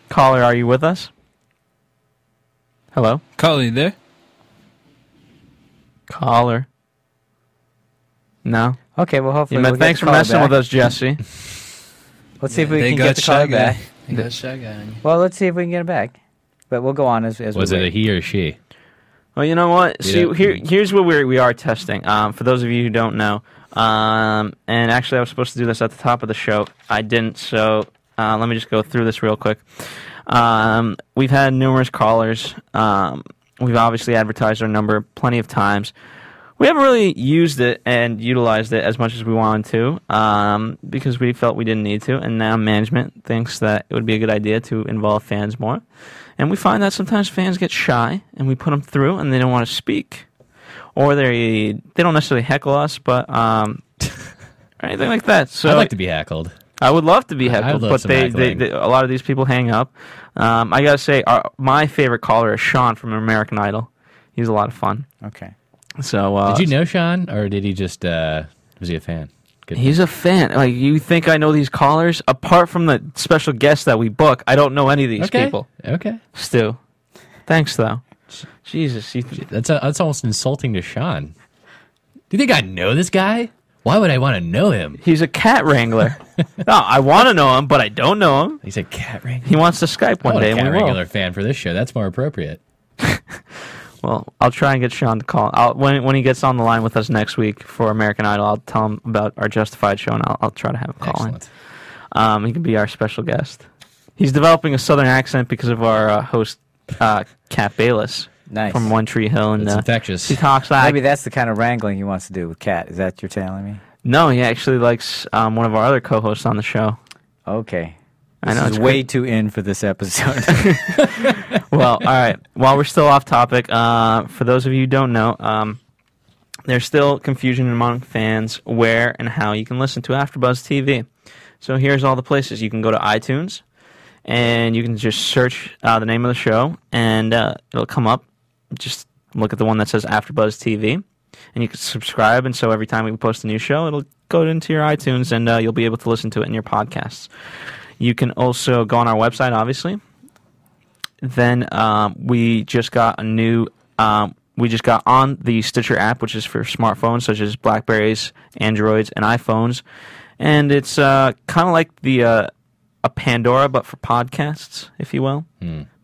C: caller. Are you with us? Hello,
F: Caller, you there?
C: caller. No.
E: Okay, well, hopefully,
C: You meant-
E: we'll get
C: thanks
E: the
C: for
E: caller
C: messing
E: back.
C: with us, Jesse.
E: Let's see if we
F: they
E: can
F: got
E: get the caller
F: Shy Guy.
E: back.
F: They got Shy Guy on you.
E: Well, let's see if we can get it back. But we'll go on as as
D: Was
E: we
D: it a
E: wait.
D: he or she?
C: Well, you know mm-hmm. what? See,
D: don't-
C: here, here's what we're, we are testing. Um, for those of you who don't know, um, and actually, I was supposed to do this at the top of the show. I didn't, so uh, let me just go through this real quick. Um, we've had numerous callers. Um, we've obviously advertised our number plenty of times. We haven't really used it and utilized it as much as we wanted to um, because we felt we didn't need to. And now management thinks that it would be a good idea to involve fans more. And we find that sometimes fans get shy and we put them through and they don't want to speak. Or they they don't necessarily heckle us, but um, or anything like that. So
D: I'd like to be heckled.
C: I would love to be
D: I- I'd
C: heckled,
D: love
C: but
D: some
C: they, they,
D: heckling.
C: they- a lot of these people hang up. Um, I gotta say, our, my favorite caller is Sean from American Idol. He's a lot of fun.
E: Okay.
C: So uh,
D: Did you know Sean, or did he just uh, was he a fan? Good.
C: He's a fan. Like you think I know these callers? Apart from the special guests that we book, I don't know any of these
D: okay.
C: people.
D: Okay,
C: Stu, thanks though. Jesus, you,
D: that's uh, that's almost insulting to Sean. Do you think I know this guy? Why would I want to know him?
C: he's a cat wrangler. no, I want to know him, but I don't know him.
D: He's a cat wrangler.
C: He wants to Skype
D: I
C: one
D: want
C: day.
D: Oh, a
C: and
D: cat
C: we will.
D: regular fan for this show. That's more appropriate.
C: Well, I'll try and get Sean to call. I'll, when when he gets on the line with us next week for American Idol, I'll tell him about our Justified show, and I'll, I'll try to have him call
D: Excellent.
C: in. Um, he can be our special guest. He's developing a southern accent because of our uh, host, uh, Cat Bayless
E: Nice.
C: from One Tree Hill, and
D: It's
C: uh,
D: infectious.
C: he talks like
E: Maybe that's the kind of wrangling he wants to do with Kat. Is that you're telling me?
C: no, he actually likes um, one of our other co-hosts on the show.
E: Okay.
C: I
E: This
C: know,
E: is
C: it's
E: way too in for this episode.
C: well, all right. While we're still off topic, uh, for those of you who don't know, um, there's still confusion among fans where and how you can listen to AfterBuzz TV. So here's all the places you can go to iTunes, and you can just search uh, the name of the show, and uh, it'll come up. Just look at the one that says AfterBuzz TV, and you can subscribe. And so every time we post a new show, it'll go into your iTunes, and uh, you'll be able to listen to it in your podcasts. You can also go on our website, obviously, then um, we just got a new um, we just got on the stitcher app which is for smartphones such as blackberries androids and iphones and it's uh, kind of like the uh, a pandora but for podcasts if you will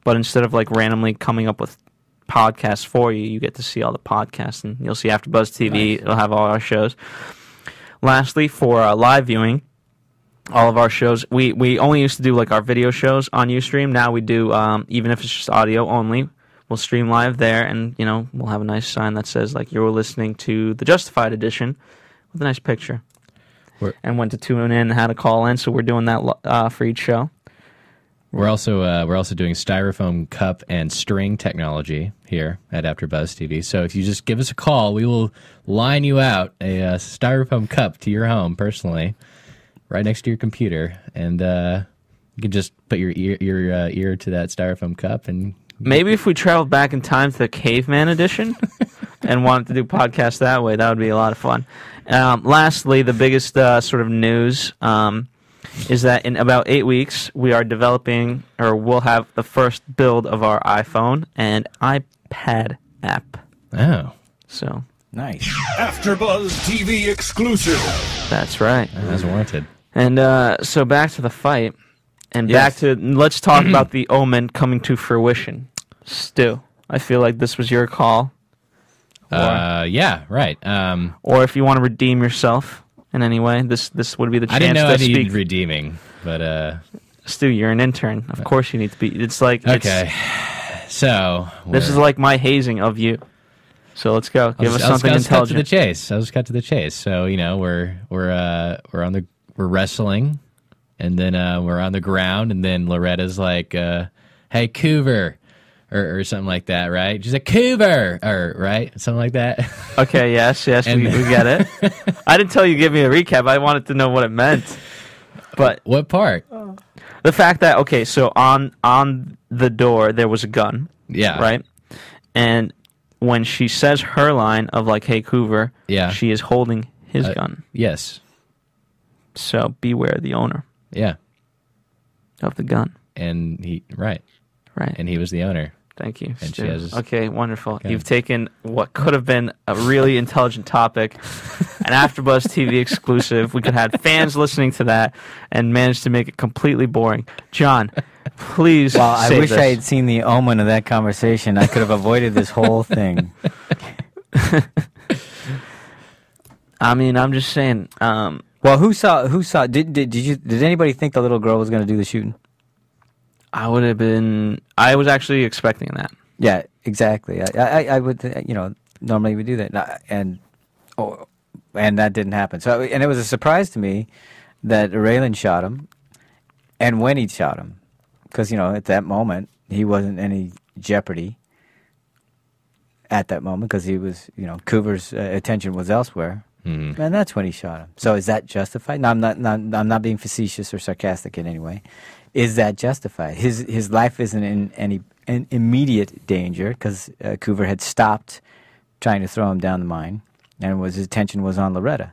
C: but instead of like randomly coming up with podcasts for you you get to see all the podcasts and you'll see after buzz tv it'll have all our shows lastly for uh, live viewing all of our shows. We we only used to do like our video shows on UStream. Now we do um, even if it's just audio only. We'll stream live there, and you know we'll have a nice sign that says like you're listening to the Justified edition with a nice picture.
D: We're-
C: and when to tune in, how to call in. So we're doing that lo- uh, for each show.
D: We're also uh, we're also doing styrofoam cup and string technology here at AfterBuzz TV. So if you just give us a call, we will line you out a uh, styrofoam cup to your home personally, right next to your computer, and uh, you can just put your ear your uh, ear to that styrofoam cup and
C: Maybe if we traveled back in time to the Caveman edition and wanted to do podcasts that way, that would be a lot of fun. Um, lastly, the biggest uh, sort of news um, is that in about eight weeks, we are developing or we'll have the first build of our iPhone and iPad app.
D: oh,
C: So
E: nice.
G: AfterBuzz TV exclusive.
C: that's right.
D: that was warranted.
C: And uh, so back to the fight, and back
D: Yes.
C: to let's talk about the omen coming to fruition. Stu, I feel like this was your call,
D: Uh, yeah, right. Um,
C: or if you want to redeem yourself in any way, this this would be the chance
D: I didn't know
C: to
D: I
C: speak.
D: needed redeeming, but uh,
C: Stu, you're an intern. Of course, you need to be. It's like it's-
D: okay. so
C: this is
D: we're-
C: like my hazing of you. So let's go.
D: I'll
C: Give
D: just-
C: us
D: I'll just-
C: something
D: I'll just cut to the
C: intelligent.
D: chase. I'll just cut to the chase. So you know we're we're uh, we're on the we're wrestling, and then uh, we're on the ground, and then Loretta's like, uh, "Hey, Coover." Or, or something like that, right? She's like Coover, or right, something like that.
C: Okay. Yes. Yes.
D: And-
C: We, we get it. I didn't tell you. to Give me a recap. I wanted to know what it meant. But
D: what part?
C: the fact that okay so on on the door there was a gun
D: Yeah,
C: right and when she says her line of like hey coover
D: Yeah.
C: she is holding his
D: Uh,
C: gun
D: Yes,
C: so beware the owner
D: yeah,
C: of the gun
D: and he right,
C: right
D: and he was the owner.
C: thank you
D: and
C: Stu.
D: she has-
C: okay wonderful you've taken what could have been a really intelligent topic an afterbuzz tv exclusive we could have had fans listening to that and managed to make it completely boring john please
E: Well, I
C: save
E: wish
C: this.
E: I had seen the omen of that conversation. I could have avoided this whole thing.
C: i mean i'm just saying um
E: Well, who saw? Who saw? Did did, did you? Did anybody think the little girl was going to do the shooting?
C: I would have been. I was actually expecting that.
E: Yeah, exactly. I I, I would. uh, You know, normally we do that, Nah, and oh, and that didn't happen. So, and it was a surprise to me that Raylan shot him, and when he shot him, because you know at that moment he wasn't any jeopardy. At that moment, because he was, you know, Coover's uh, attention was elsewhere, and that's when he shot him. So is that justified? No, I'm not. Not, I'm not being facetious or sarcastic in any way. Is that justified? His his life isn't in any in immediate danger because uh, Coover had stopped trying to throw him down the mine, and was his attention was on Loretta.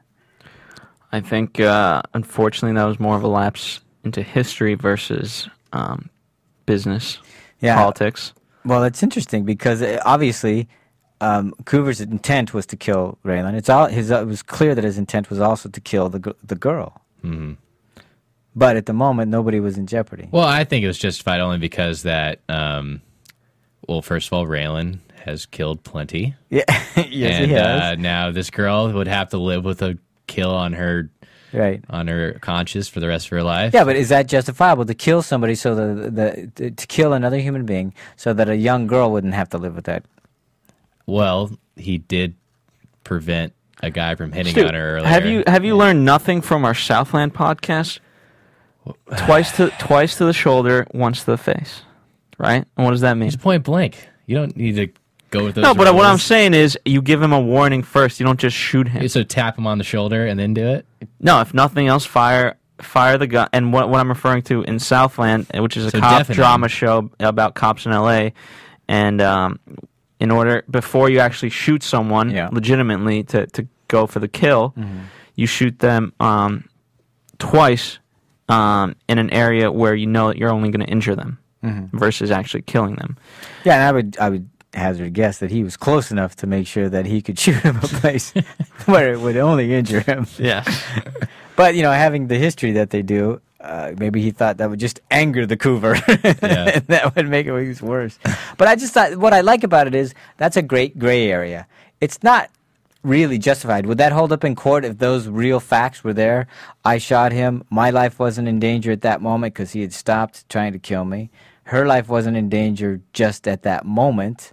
C: I think, uh, unfortunately, that was more of a lapse into history versus um, business,
E: Yeah.
C: politics.
E: Well, it's interesting because uh, obviously, um, Coover's intent was to kill Raylan. It's all his. Uh, it was clear that his intent was also to kill the gir- the girl. But at the moment, nobody was in jeopardy.
D: Mm-hmm. Well, I think it was justified only because that. Um, well, first of all, Raylan has killed plenty,
E: yeah, yes,
D: and
E: he has.
D: Uh, now this girl would have to live with a kill on her
E: right.
D: on her conscience for the rest of her life.
E: Yeah, but is that justifiable to kill somebody so that the, to kill another human being so that a young girl wouldn't have to live with that?
D: Well, he did prevent a guy from hitting
C: Stu,
D: on her earlier.
C: have you have you learned nothing from our Southland podcast? twice to twice to the shoulder, once to the face. Right? And what does that mean?
D: It's point blank. You don't need to go with those.
C: No, but what I'm
D: rules.
C: saying is, you give him a warning first. You don't just shoot him.
D: So tap him on the shoulder and then do it.
C: No, if nothing else, fire fire the gun. And what what I'm referring to in Southland, eh, which is a
D: So
C: cop
D: deafening.
C: drama show about cops in L.A. And um, in order before you actually shoot someone
E: Yeah.
C: legitimately to to go for the kill, you shoot them um, twice um, in an area where you know that you're only going to injure them versus actually killing them.
E: Yeah, and I would I would hazard a guess that he was close enough to make sure that he could shoot him a place where it would only injure him.
C: Yeah.
E: But you know, having the history that they do, uh, maybe he thought that would just anger the Coover,
D: Yeah.
E: and that would make it worse. But I just thought what I like about it is that's a great gray area. It's not really justified. Would that hold up in court if those real facts were there? I shot him. My life wasn't in danger at that moment because he had stopped trying to kill me. Her life wasn't in danger just at that moment.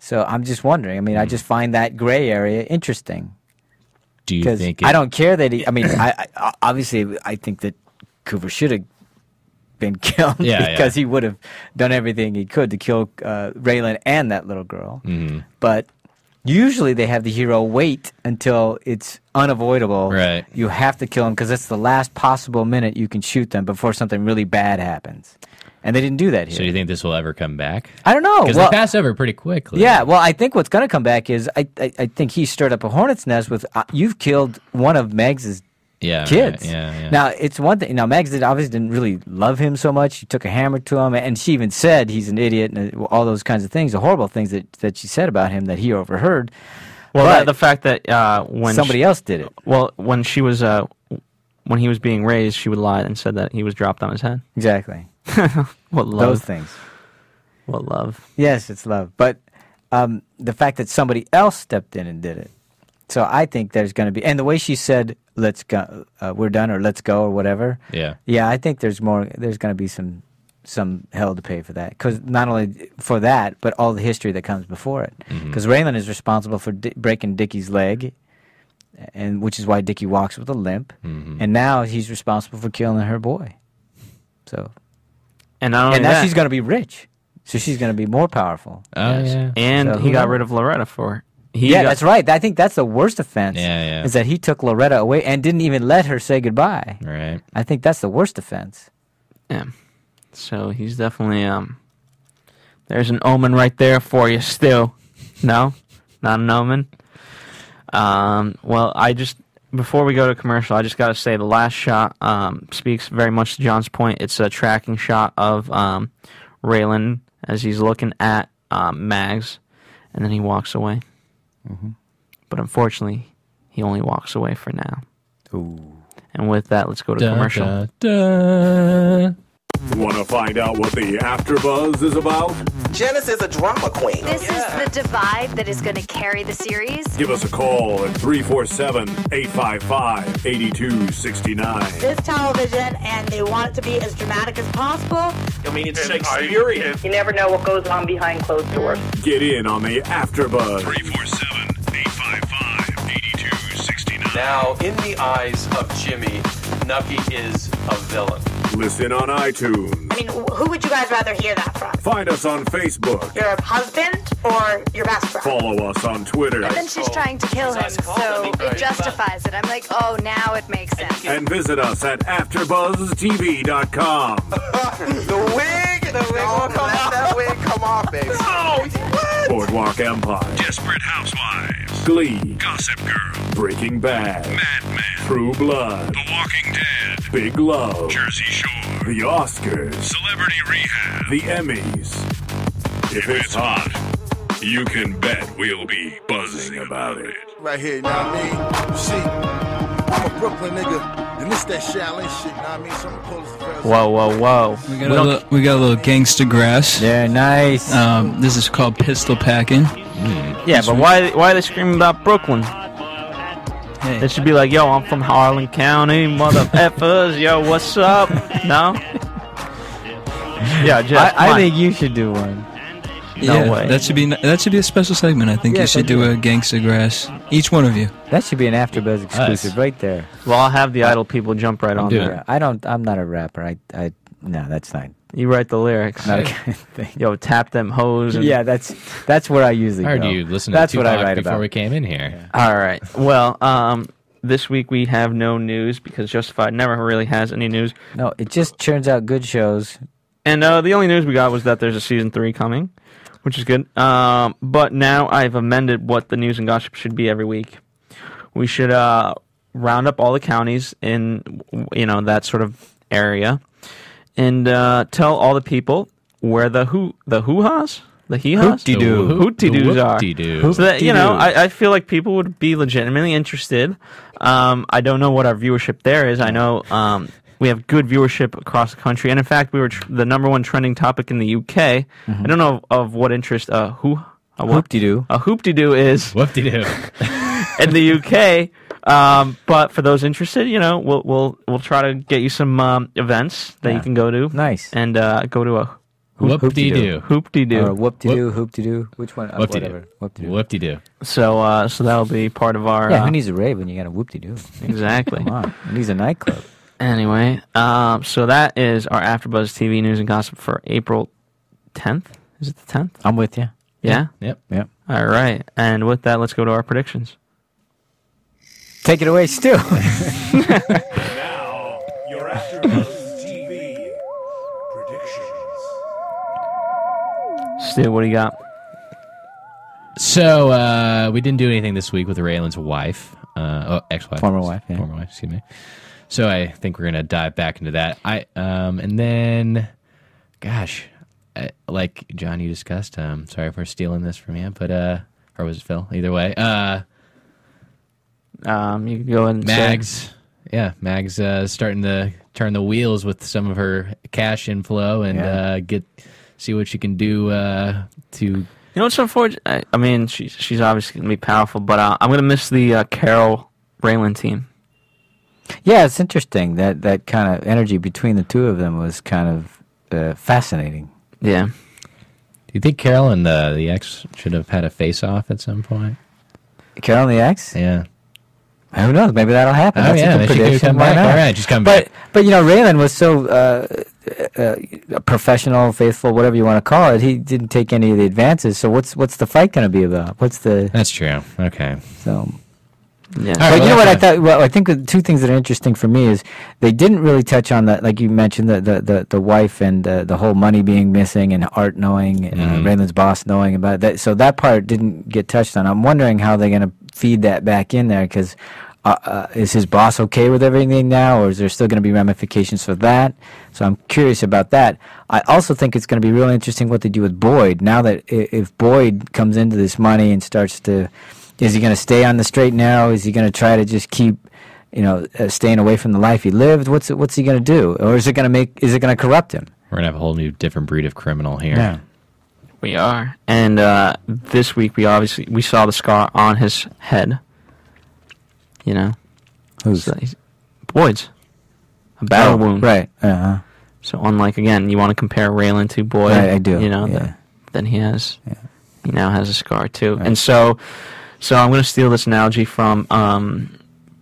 E: So I'm just wondering. I mean, I just find that gray area interesting
D: Do you
E: because
D: think? It,
E: I don't care that he. I mean, I, I obviously I think that Cooper should have been killed
D: Yeah,
E: because
D: yeah.
E: he would have done everything he could to kill uh, Raylan and that little girl.
D: Mm-hmm.
E: But usually they have the hero wait until it's unavoidable.
D: Right.
E: You have to kill him because that's the last possible minute you can shoot them before something really bad happens. And they didn't do that here.
D: So you think this will ever come back?
E: I don't know.
D: Because
E: Well-
D: they passed over pretty quickly.
E: yeah, well, I think what's going to come back is I, I, I think he stirred up a hornet's nest with uh, you've killed one of Meg's
D: Yeah. right,
E: kids.
D: Yeah. yeah.
E: Now it's one thing. Now Mags did obviously didn't really love him so much. She took a hammer to him, and she even said he's an idiot and uh, all those kinds of things, the horrible things that, that she said about him that he overheard.
C: Well,
E: But
C: that, the fact that uh, when
E: somebody
C: she-
E: else did it.
C: Well, when she was uh, when he was being raised, she would lie and said that he was dropped on his head.
E: Exactly.
C: What love?
E: Those things.
C: What love?
E: Yes, it's love. But um, the fact that somebody else stepped in and did it. So I think there's going to be, and the way she said, "Let's go, uh, we're done," or "Let's go," or whatever.
D: Yeah.
E: Yeah, I think there's more. There's going to be some some hell to pay for that because not only for that, but all the history that comes before it. Because Raylan is responsible for di- breaking Dickie's leg, and which is why Dickie walks with a limp. And now he's responsible for killing her boy. So
C: And not only
E: and now
C: that,
E: she's going to be rich, so she's going to be more powerful.
D: Oh
C: Yes.
D: yeah.
C: and
E: So
C: he
E: who
C: got
E: knows?
C: rid of Loretta for it. He
E: yeah,
C: got-
E: that's right. I think that's the worst offense.
D: Yeah, yeah.
E: Is that he took Loretta away and didn't even let her say goodbye.
D: Right.
E: I think that's the worst offense.
C: Yeah. So he's definitely um. There's an omen right there for you. Still, no, not an omen. Um. Well, I just before we go to commercial, I just got to say the last shot um speaks very much to John's point. It's a tracking shot of um Raylan as he's looking at um, Mags, and then he walks away. But unfortunately, he only walks away for now. Ooh. And with that, let's go to commercial.
D: Dun, dun, dun.
G: Want to find out what the AfterBuzz is about?
H: Janice is a drama queen.
I: This is the divide that is going to carry the series.
G: Give us a call at 347 855 8269.
J: This television, and they want it to be as dramatic as possible.
H: I mean, it's Shakespearean.
J: You never know what goes on behind closed doors.
G: Get in on the AfterBuzz.
K: 347-855-8269.
H: now, in the eyes of Jimmy, Nucky is a villain.
G: Listen on iTunes.
J: I mean, wh- who would you guys rather hear that from?
G: Find us on Facebook.
J: Your husband or your best friend?
G: Follow us on Twitter.
I: Then she's trying to kill him,
H: Nice call,
I: so
H: Libby.
I: it justifies it. I'm like, oh, now it makes sense.
G: And visit us at AfterBuzzTV.com.
H: The wig! The wig will come off. that wig come off, baby.
G: Boardwalk Empire.
K: Desperate Housewives.
G: Glee.
K: Gossip Girl.
G: Breaking Bad.
K: Mad Men.
G: True Blood.
K: The Walking Dead.
G: Big Love.
K: Jersey Shore.
G: The Oscars.
K: Celebrity Rehab.
G: The Emmys. If it's hot, you can bet we'll be buzzing about it.
L: right here, you know what I mean? You see, I'm a Brooklyn nigga, and this that Shaolin shit, you know what I mean? So I'm the coolest girls.
C: Whoa, whoa, whoa.
F: We got, a little, we got a little gangsta grass.
E: Yeah, nice.
F: Um, this is called pistol packing.
C: Yeah, but why why are they screaming about Brooklyn? They
F: Hey,
C: should be like, yo, I'm from Harlan County, mother effers, yo, what's up? No? Yeah, Jeff.
E: I,
C: come
E: I
C: on.
E: think you should do one.
C: no
F: yeah,
C: way.
F: That should be n- that should be a special segment. I think
E: Yeah,
F: you should
E: thank
F: do
E: you.
F: a gangsta grass. Each one of you.
E: That should be an AfterBuzz exclusive
D: Us.
E: right there.
C: Well, I'll have the idle people jump right on
D: doing
C: there.
E: Yeah, I don't. I'm not a rapper. I. I. No, that's not.
C: You write the lyrics.
E: Not a good thing.
C: Yo, tap them hoes. And...
E: Yeah, that's that's where I usually
D: I heard
E: go.
D: you listen to
E: that's
D: Tupac
E: what I write
D: before
E: about.
D: we came in here.
C: All right. Well, um, this week we have no news because Justified never really has any news.
E: No, it just churns out good shows.
C: And uh, the only news we got was that there's a season three coming, which is good. Um, but now I've amended what the news and gossip should be every week. We should uh, round up all the counties in you know that sort of area, and uh, tell all the people where the who the who has the he has
E: Hoop-de-doo.
C: hooty doos are.
D: Whoop-de-doo.
C: So that you know,
E: Hoop-de-doo.
C: I, I feel like people would be legitimately interested. Um, I don't know what our viewership there is. I know um, we have good viewership across the country, and in fact, we were tr- the number one trending topic in the UK.
E: Mm-hmm.
C: I don't know of, what interest uh, who a what-
E: Hoop-de-doo.
C: a hoop de doo is
D: Whoop de doo.
C: in the UK. Um, but for those interested, you know, we'll we'll we'll try to get you some um, events that you
E: Yeah.
C: can go to.
E: Nice.
C: and uh, go to a
D: Whoop de doo.
C: hoop de
E: Or
C: doo.
E: whoop de doo, hoop de doo. Which one? Uh,
D: Whoop de
E: whatever.
D: doo.
E: Whoop de doo.
D: Whoop de doo.
C: So uh, so that'll be part of our
E: Yeah,
D: Uh-huh.
C: uh,
E: who needs a rave when you got a whoop de doo?
C: exactly.
E: Come on, it needs a nightclub.
C: Anyway, um, so that is our AfterBuzz TV news and gossip for April 10th. Is it the 10th?
E: I'm with you.
C: Yeah.
D: Yep.
E: Yep.
C: All right. And with that, let's go to our predictions.
E: Take it away, Stu.
G: Now, your AfterBuzz TV predictions.
C: Stu, what do you got?
D: So uh, we didn't do anything this week with Raylan's wife, uh, oh, ex-wife,
E: Former wife, yeah.
D: former wife. Excuse me. So I think we're gonna dive back into that. I um, and then, gosh, I, like John, you discussed. Um, sorry for stealing this from you, but uh, or was it Phil? Either way, uh,
C: Um, you can go ahead and say-
D: Mags yeah, Mag's uh, starting to turn the wheels with some of her cash inflow and
C: Yeah.
D: uh, get see what she can do uh, to.
C: You know what's unfortunate? I, I mean, she's she's obviously gonna be powerful, but uh, I'm gonna miss the uh, Carol Raylan team.
E: Yeah, it's interesting that that kind of energy between the two of them was kind of uh, fascinating.
C: Yeah.
D: Do you think Carol and the the ex should have had a face off at some point?
E: Carol and the ex?
D: Yeah.
E: Who knows? Maybe that'll happen.
D: Oh,
E: That's
D: yeah,
E: a
D: they
E: good
D: should
E: prediction.
D: come
E: Why
D: back.
E: not?
D: All right, she's coming
E: but, But you know, Raylan was so uh, uh, uh, professional, faithful, whatever you want to call it. He didn't take any of the advances. So what's what's the fight going to be about? What's the?
D: That's true. Okay.
E: So.
C: Yeah.
E: but you know what I thought? Well, I think the two things that are interesting for me is they didn't really touch on the, like you mentioned, the the, the, the wife and the, the whole money being missing and Art knowing, and uh, Raylan's boss knowing about that. So that part didn't get touched on. I'm wondering how they're going to feed that back in there because uh, uh, is his boss okay with everything now, or is there still going to be ramifications for that? So I'm curious about that. I also think it's going to be really interesting what they do with Boyd now that i- if Boyd comes into this money and starts to is he going to stay on the straight and narrow? Is he going to try to just keep, you know, uh, staying away from the life he lived? What's what's he going to do? Or is it going to make? Is it going to corrupt him?
D: We're gonna have a whole new different breed of criminal here.
E: Yeah.
C: We are. And uh, this week we obviously we saw the scar on his head. You know.
E: Who's
C: Boyd's? A battle
E: Oh,
C: wound.
E: right, uh-huh.
C: So unlike again, you want to compare Raylan to Boyd.
E: Right, I do,
C: You know,
E: yeah.
C: th- then he has he now has a scar too. And so so I'm gonna steal this analogy from um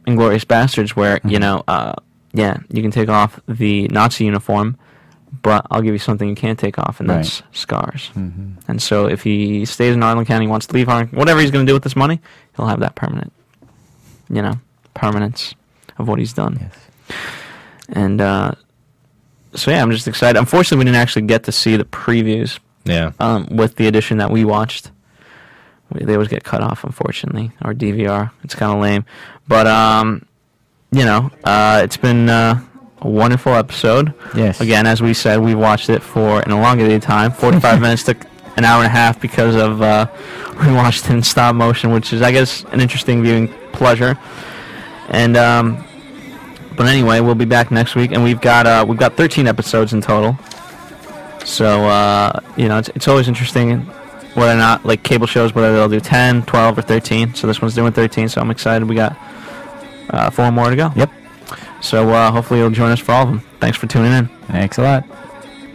C: Inglorious Bastards where,
E: Mm-hmm.
C: you know, uh yeah, you can take off the Nazi uniform, but I'll give you something you can't take off, and
E: Right. Mm-hmm.
C: that's scars. And so if he stays in Ireland County, wants to leave Ireland, whatever he's going to do with this money, he'll have that permanent, you know, permanence of what he's done. And uh, so yeah, I'm just excited. Unfortunately, we didn't actually get to see the previews.
D: Yeah.
C: Um, with the edition that we watched, we, they always get cut off. Unfortunately, our DVR. It's kind of lame, but um, you know, uh, it's been uh, a wonderful episode.
E: Yes.
C: Again, as we said, we watched it for an elongated time. Forty-five minutes took an hour and a half because of uh, we watched it in stop motion, which is, I guess, an interesting viewing pleasure. And um, but anyway, we'll be back next week, and we've got uh, we've got 13 episodes in total. So uh, you know, it's, it's always interesting whether or not like cable shows whether they'll do 10, 12, or 13. So this one's doing 13. So I'm excited. We got uh, four more to go.
E: Yep.
C: So uh, hopefully you'll join us for all of them. Thanks for tuning in.
E: Thanks a lot.